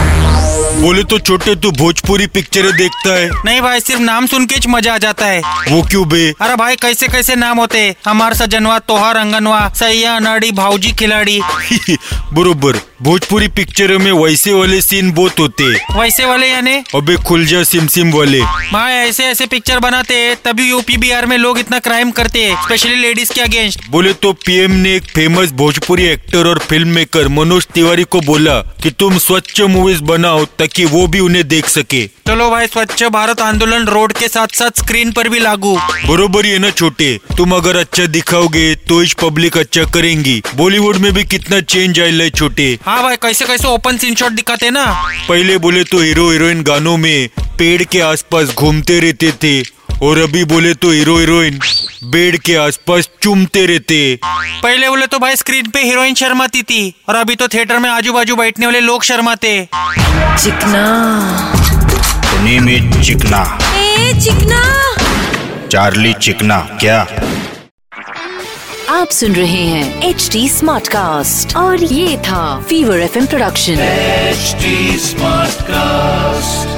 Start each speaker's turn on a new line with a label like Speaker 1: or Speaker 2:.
Speaker 1: बोले तो छोटे तू भोजपुरी पिक्चरें देखता है
Speaker 2: नहीं भाई सिर्फ नाम सुन के ही मजा आ जाता है
Speaker 1: वो क्यों बे
Speaker 2: अरे भाई कैसे कैसे नाम होते हैं हमार सजनवा तोहार अंगनवा सैया अनाड़ी भाऊजी खिलाड़ी
Speaker 1: बरोबर भोजपुरी पिक्चरों में वैसे वाले सीन बहुत होते हैं।
Speaker 2: वैसे वाले यानी
Speaker 1: अबे खुल जा सिम सिम वाले
Speaker 2: भाई ऐसे ऐसे पिक्चर बनाते हैं तभी यूपी बिहार में लोग इतना क्राइम करते हैं स्पेशली लेडीज के अगेंस्ट
Speaker 1: बोले तो पीएम ने एक फेमस भोजपुरी एक्टर और फिल्म मेकर मनोज तिवारी को बोला कि तुम स्वच्छ मूवीज बनाओ ताकि वो भी उन्हें देख सके
Speaker 2: चलो भाई स्वच्छ भारत आंदोलन रोड के साथ साथ स्क्रीन पर भी लागू हाँ
Speaker 1: बरोबर ये ना छोटे तुम अगर अच्छा दिखाओगे तो इस पब्लिक अच्छा करेंगी बॉलीवुड में भी कितना चेंज आया है छोटे
Speaker 2: हाँ भाई कैसे कैसे ओपन सीन शॉट दिखाते हैं ना
Speaker 1: पहले बोले तो हीरो हीरोइन गानों में पेड़ के आसपास घूमते रहते थे और अभी बोले तो हीरो हीरोइन बेड के आसपास चूमते रहते
Speaker 2: पहले बोले तो भाई स्क्रीन पे हीरोइन शर्माती थी और अभी तो थिएटर में आजू बाजू बैठने वाले लोग शर्माते हैं।
Speaker 3: चिकना
Speaker 4: द नेम इज चिकना
Speaker 3: ए चिकना
Speaker 4: चार्ली चिकना क्या
Speaker 3: आप सुन रहे हैं एच डी स्मार्ट कास्ट और ये था fever F production
Speaker 5: HD Smartcast.